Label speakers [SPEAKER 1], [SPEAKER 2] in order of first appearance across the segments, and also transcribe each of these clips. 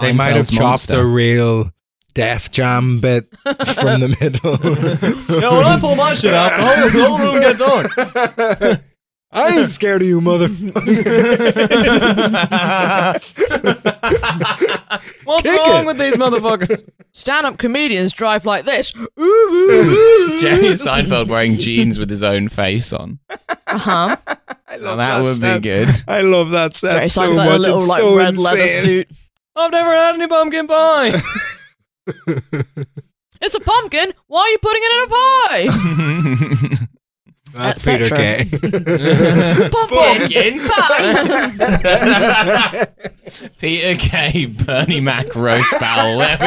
[SPEAKER 1] they might have
[SPEAKER 2] Seinfeld's
[SPEAKER 1] chopped
[SPEAKER 2] monster.
[SPEAKER 1] a real Def Jam bit from the middle.
[SPEAKER 3] Yeah, when I pull my shit out, the whole, the whole room gets on.
[SPEAKER 1] I ain't scared of you, mother.
[SPEAKER 3] What's
[SPEAKER 1] Kick
[SPEAKER 3] wrong
[SPEAKER 1] it.
[SPEAKER 3] with these motherfuckers?
[SPEAKER 4] Stand-up comedians drive like this. Ooh, ooh, ooh, ooh.
[SPEAKER 2] Jerry Seinfeld wearing jeans with his own face on.
[SPEAKER 4] Uh-huh.
[SPEAKER 1] I
[SPEAKER 2] Now that, would be good.
[SPEAKER 1] I love that set
[SPEAKER 4] Jerry
[SPEAKER 1] so
[SPEAKER 4] Seinfeld in a
[SPEAKER 1] much.
[SPEAKER 4] little
[SPEAKER 1] it's
[SPEAKER 4] like
[SPEAKER 1] so
[SPEAKER 4] red
[SPEAKER 1] insane.
[SPEAKER 4] leather suit.
[SPEAKER 3] I've never had any pumpkin pie.
[SPEAKER 4] It's a pumpkin. Why are you putting it in a pie?
[SPEAKER 1] That's
[SPEAKER 4] Et
[SPEAKER 1] Peter
[SPEAKER 4] cetera.
[SPEAKER 1] Kay.
[SPEAKER 4] pumpkin. pie.
[SPEAKER 2] Peter Kay, Bernie Mac roast battle. There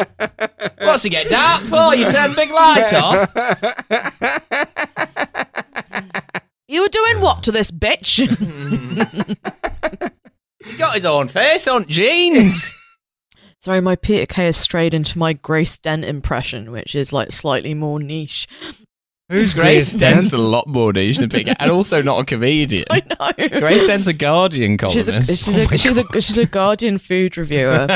[SPEAKER 2] we go. What's he get dark for? You turn big light off.
[SPEAKER 4] you were doing what to this bitch?
[SPEAKER 2] He's got his own face on jeans.
[SPEAKER 4] Sorry, my Peter Kay has strayed into my Grace Dent impression, which is like slightly more niche.
[SPEAKER 1] Who's
[SPEAKER 2] Grace Dent's a lot more niche than Peter, Kay, and also not a comedian.
[SPEAKER 4] I know.
[SPEAKER 2] Grace Dent's a Guardian
[SPEAKER 4] She's
[SPEAKER 2] columnist.
[SPEAKER 4] a, she's, a, she's, a, she's a Guardian food reviewer.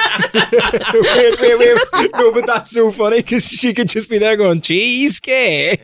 [SPEAKER 1] wait, wait, wait. No, but that's so funny because she could just be there going cheesecake,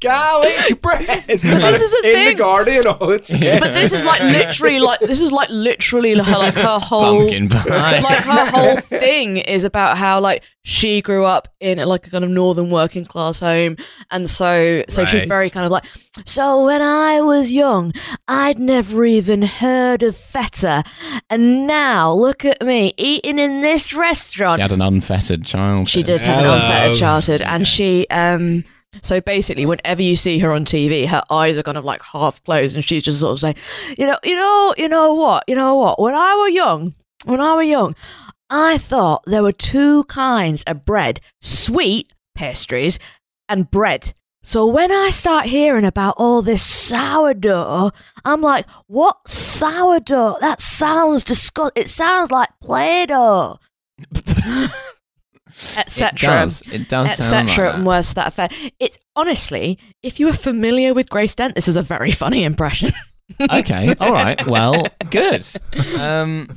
[SPEAKER 1] garlic bread.
[SPEAKER 4] this is the
[SPEAKER 1] in
[SPEAKER 4] thing.
[SPEAKER 1] the Guardian. Oh, it's
[SPEAKER 4] But this is like literally like this is like literally her like her whole
[SPEAKER 2] pumpkin pie.
[SPEAKER 4] like her whole thing is about how like she grew up in like a kind of northern working class home and so so she's
[SPEAKER 1] Right.
[SPEAKER 4] very kind of like so when i was young i'd never even heard of feta and now look at me eating in this restaurant
[SPEAKER 2] she had an unfettered child.
[SPEAKER 4] she did have an
[SPEAKER 1] Hello.
[SPEAKER 4] unfettered childhood, and she um. So basically, whenever you see her on TV, her eyes are kind of like half closed, and she's just sort of saying, "You know, you know, you know what, you know what? When I were young, when I were young, I thought there were two kinds of bread: sweet pastries and bread." So when I start hearing about all this sourdough, I'm like, "What sourdough? That sounds disgusting. It sounds like Play-Doh."
[SPEAKER 2] It
[SPEAKER 4] etc.
[SPEAKER 2] does. It does sound
[SPEAKER 4] Etc.
[SPEAKER 2] like
[SPEAKER 4] and
[SPEAKER 2] that.
[SPEAKER 4] worse to that effect. It's honestly, if you were familiar with Grace Dent, this is a very funny impression.
[SPEAKER 2] Okay. All right. Well, good. Um,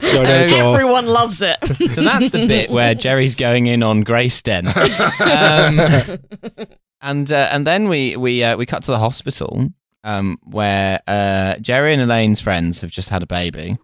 [SPEAKER 1] Shout out to all-
[SPEAKER 4] Everyone loves it.
[SPEAKER 2] so that's the bit where Jerry's going in on Grace Den. Um, and uh, and then we we uh, we cut to the hospital um, where uh, Jerry and Elaine's friends have just had a baby.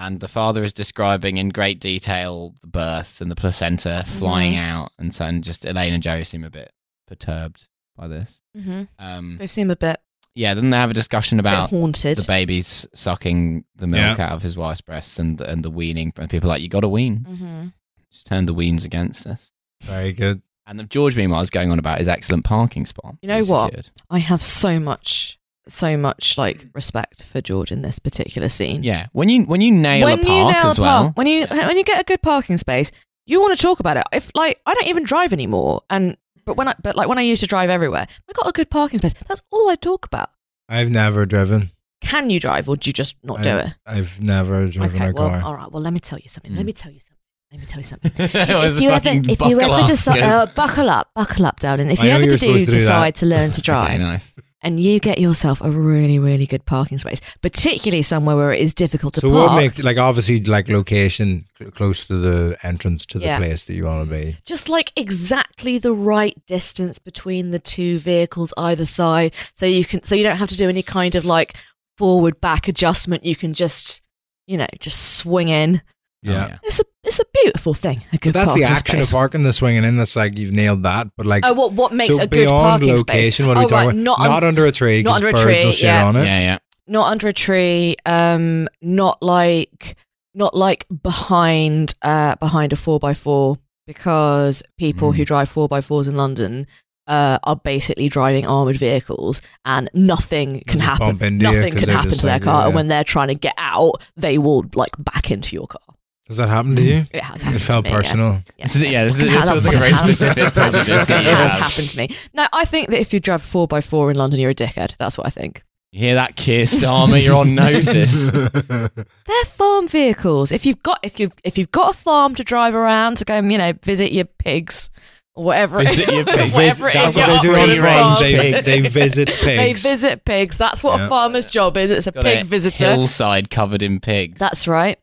[SPEAKER 2] And the father is describing in great detail the birth and the placenta flying out, and so and just Elaine and Jerry seem a bit perturbed by this.
[SPEAKER 4] mm-hmm.
[SPEAKER 2] Um,
[SPEAKER 4] They seem a bit,
[SPEAKER 2] yeah, then they have a discussion
[SPEAKER 4] bit
[SPEAKER 2] about
[SPEAKER 4] haunted.
[SPEAKER 2] the baby's sucking the milk out of his wife's breasts and and the weaning and people are like you got to wean
[SPEAKER 4] mm-hmm.
[SPEAKER 2] just turn the weans against us
[SPEAKER 1] Very good.
[SPEAKER 2] and the george meanwhile is going on about his excellent parking spot
[SPEAKER 4] You know
[SPEAKER 2] he's
[SPEAKER 4] what?
[SPEAKER 2] secured.
[SPEAKER 4] I have so much, so much like respect for George in this particular scene.
[SPEAKER 2] yeah when you when you nail
[SPEAKER 4] when
[SPEAKER 2] a park
[SPEAKER 4] you nail a
[SPEAKER 2] as well
[SPEAKER 4] park, when you when you get a good parking space, you want to talk about it. If like I don't even drive anymore, and but when I but like when I used to drive everywhere, I got a good parking space. That's all I talk about.
[SPEAKER 1] I've never driven.
[SPEAKER 4] Can you drive, or do you just not do
[SPEAKER 1] I-
[SPEAKER 4] it?
[SPEAKER 1] I've never driven
[SPEAKER 4] Okay,
[SPEAKER 1] a
[SPEAKER 4] well,
[SPEAKER 1] car.
[SPEAKER 4] all right. Well, let me tell you something.
[SPEAKER 2] Mm.
[SPEAKER 4] Let me tell you something. Let me tell you something.
[SPEAKER 2] I was
[SPEAKER 4] if you
[SPEAKER 2] just
[SPEAKER 4] ever,
[SPEAKER 2] fucking
[SPEAKER 4] if you
[SPEAKER 2] buckle
[SPEAKER 4] ever
[SPEAKER 2] up,
[SPEAKER 4] decide,
[SPEAKER 2] yes.
[SPEAKER 4] uh, buckle up, buckle up, darling. If
[SPEAKER 1] I
[SPEAKER 4] you
[SPEAKER 1] know
[SPEAKER 4] ever
[SPEAKER 1] you were
[SPEAKER 4] do
[SPEAKER 1] supposed to do that.
[SPEAKER 4] decide to learn to drive,
[SPEAKER 2] okay, nice
[SPEAKER 4] and you get yourself a really, really good parking space, particularly somewhere where it is difficult to
[SPEAKER 1] So
[SPEAKER 4] park,
[SPEAKER 1] what makes like obviously like location cl- close to the entrance to the
[SPEAKER 4] Yeah.
[SPEAKER 1] place that you want to be.
[SPEAKER 4] just like exactly the right distance between the two vehicles either side, so you can, so you don't have to do any kind of like forward back adjustment. You can just, you know, just swing in.
[SPEAKER 2] Oh,
[SPEAKER 1] Yeah.
[SPEAKER 4] It's a, it's a beautiful thing. A
[SPEAKER 1] But
[SPEAKER 4] good
[SPEAKER 1] that's the
[SPEAKER 4] parking
[SPEAKER 1] action
[SPEAKER 4] space.
[SPEAKER 1] of parking the swinging in. That's like you've nailed that. But like,
[SPEAKER 4] Oh, what what makes
[SPEAKER 1] so
[SPEAKER 4] a good
[SPEAKER 1] beyond
[SPEAKER 4] parking
[SPEAKER 1] location,
[SPEAKER 4] space?
[SPEAKER 1] what are we
[SPEAKER 4] Oh,
[SPEAKER 1] talking
[SPEAKER 4] right,
[SPEAKER 1] about?
[SPEAKER 4] Not,
[SPEAKER 1] Not,
[SPEAKER 4] un-
[SPEAKER 1] under a tree.
[SPEAKER 4] not
[SPEAKER 1] 'cause
[SPEAKER 4] under a
[SPEAKER 1] birds
[SPEAKER 4] tree,
[SPEAKER 1] Will shit
[SPEAKER 4] yeah.
[SPEAKER 1] on
[SPEAKER 2] yeah
[SPEAKER 1] it.
[SPEAKER 2] yeah
[SPEAKER 4] not under a tree. Um, not like not like behind uh behind a four x four because people who drive four x fours in London. Uh, are basically driving armored vehicles, and nothing can
[SPEAKER 1] just
[SPEAKER 4] happen.
[SPEAKER 1] bump into you
[SPEAKER 4] nothing
[SPEAKER 1] 'cause
[SPEAKER 4] can
[SPEAKER 1] they're
[SPEAKER 4] happen
[SPEAKER 1] just
[SPEAKER 4] to their
[SPEAKER 1] like,
[SPEAKER 4] car, and
[SPEAKER 1] yeah.
[SPEAKER 4] when they're trying to get out, they will like back into your car.
[SPEAKER 1] Does that happen to you?
[SPEAKER 4] It has happened.
[SPEAKER 1] It felt
[SPEAKER 4] to me, yeah.
[SPEAKER 1] personal.
[SPEAKER 2] This is- yeah, this is-
[SPEAKER 4] Fucking
[SPEAKER 2] this
[SPEAKER 4] hell,
[SPEAKER 2] was
[SPEAKER 4] that
[SPEAKER 2] like a very
[SPEAKER 4] fucking
[SPEAKER 2] specific
[SPEAKER 4] happened.
[SPEAKER 2] prejudice that
[SPEAKER 4] Fucking
[SPEAKER 2] you
[SPEAKER 4] hell,
[SPEAKER 2] have.
[SPEAKER 4] happened to me. No, I think that if you drive four x four in London, you're a dickhead. That's what I think.
[SPEAKER 2] you hear that Keir Starmer you're on notice
[SPEAKER 4] They're farm vehicles. If you've got if you've if you've got a farm to drive around to go, and, you know, visit your pigs or whatever.
[SPEAKER 2] Visit your pigs.
[SPEAKER 4] whatever it
[SPEAKER 1] That's
[SPEAKER 4] is.
[SPEAKER 2] Yeah,
[SPEAKER 1] what they
[SPEAKER 4] you're
[SPEAKER 1] do
[SPEAKER 2] free
[SPEAKER 1] on
[SPEAKER 4] on
[SPEAKER 1] farms.
[SPEAKER 2] range
[SPEAKER 1] They,
[SPEAKER 2] pigs.
[SPEAKER 1] they visit
[SPEAKER 4] They
[SPEAKER 1] pigs.
[SPEAKER 4] visit pigs. That's what
[SPEAKER 1] Yeah.
[SPEAKER 4] a farmer's job is. It's a
[SPEAKER 2] Got
[SPEAKER 4] pig
[SPEAKER 2] a
[SPEAKER 4] visitor.
[SPEAKER 2] Hillside covered in pigs.
[SPEAKER 4] That's right.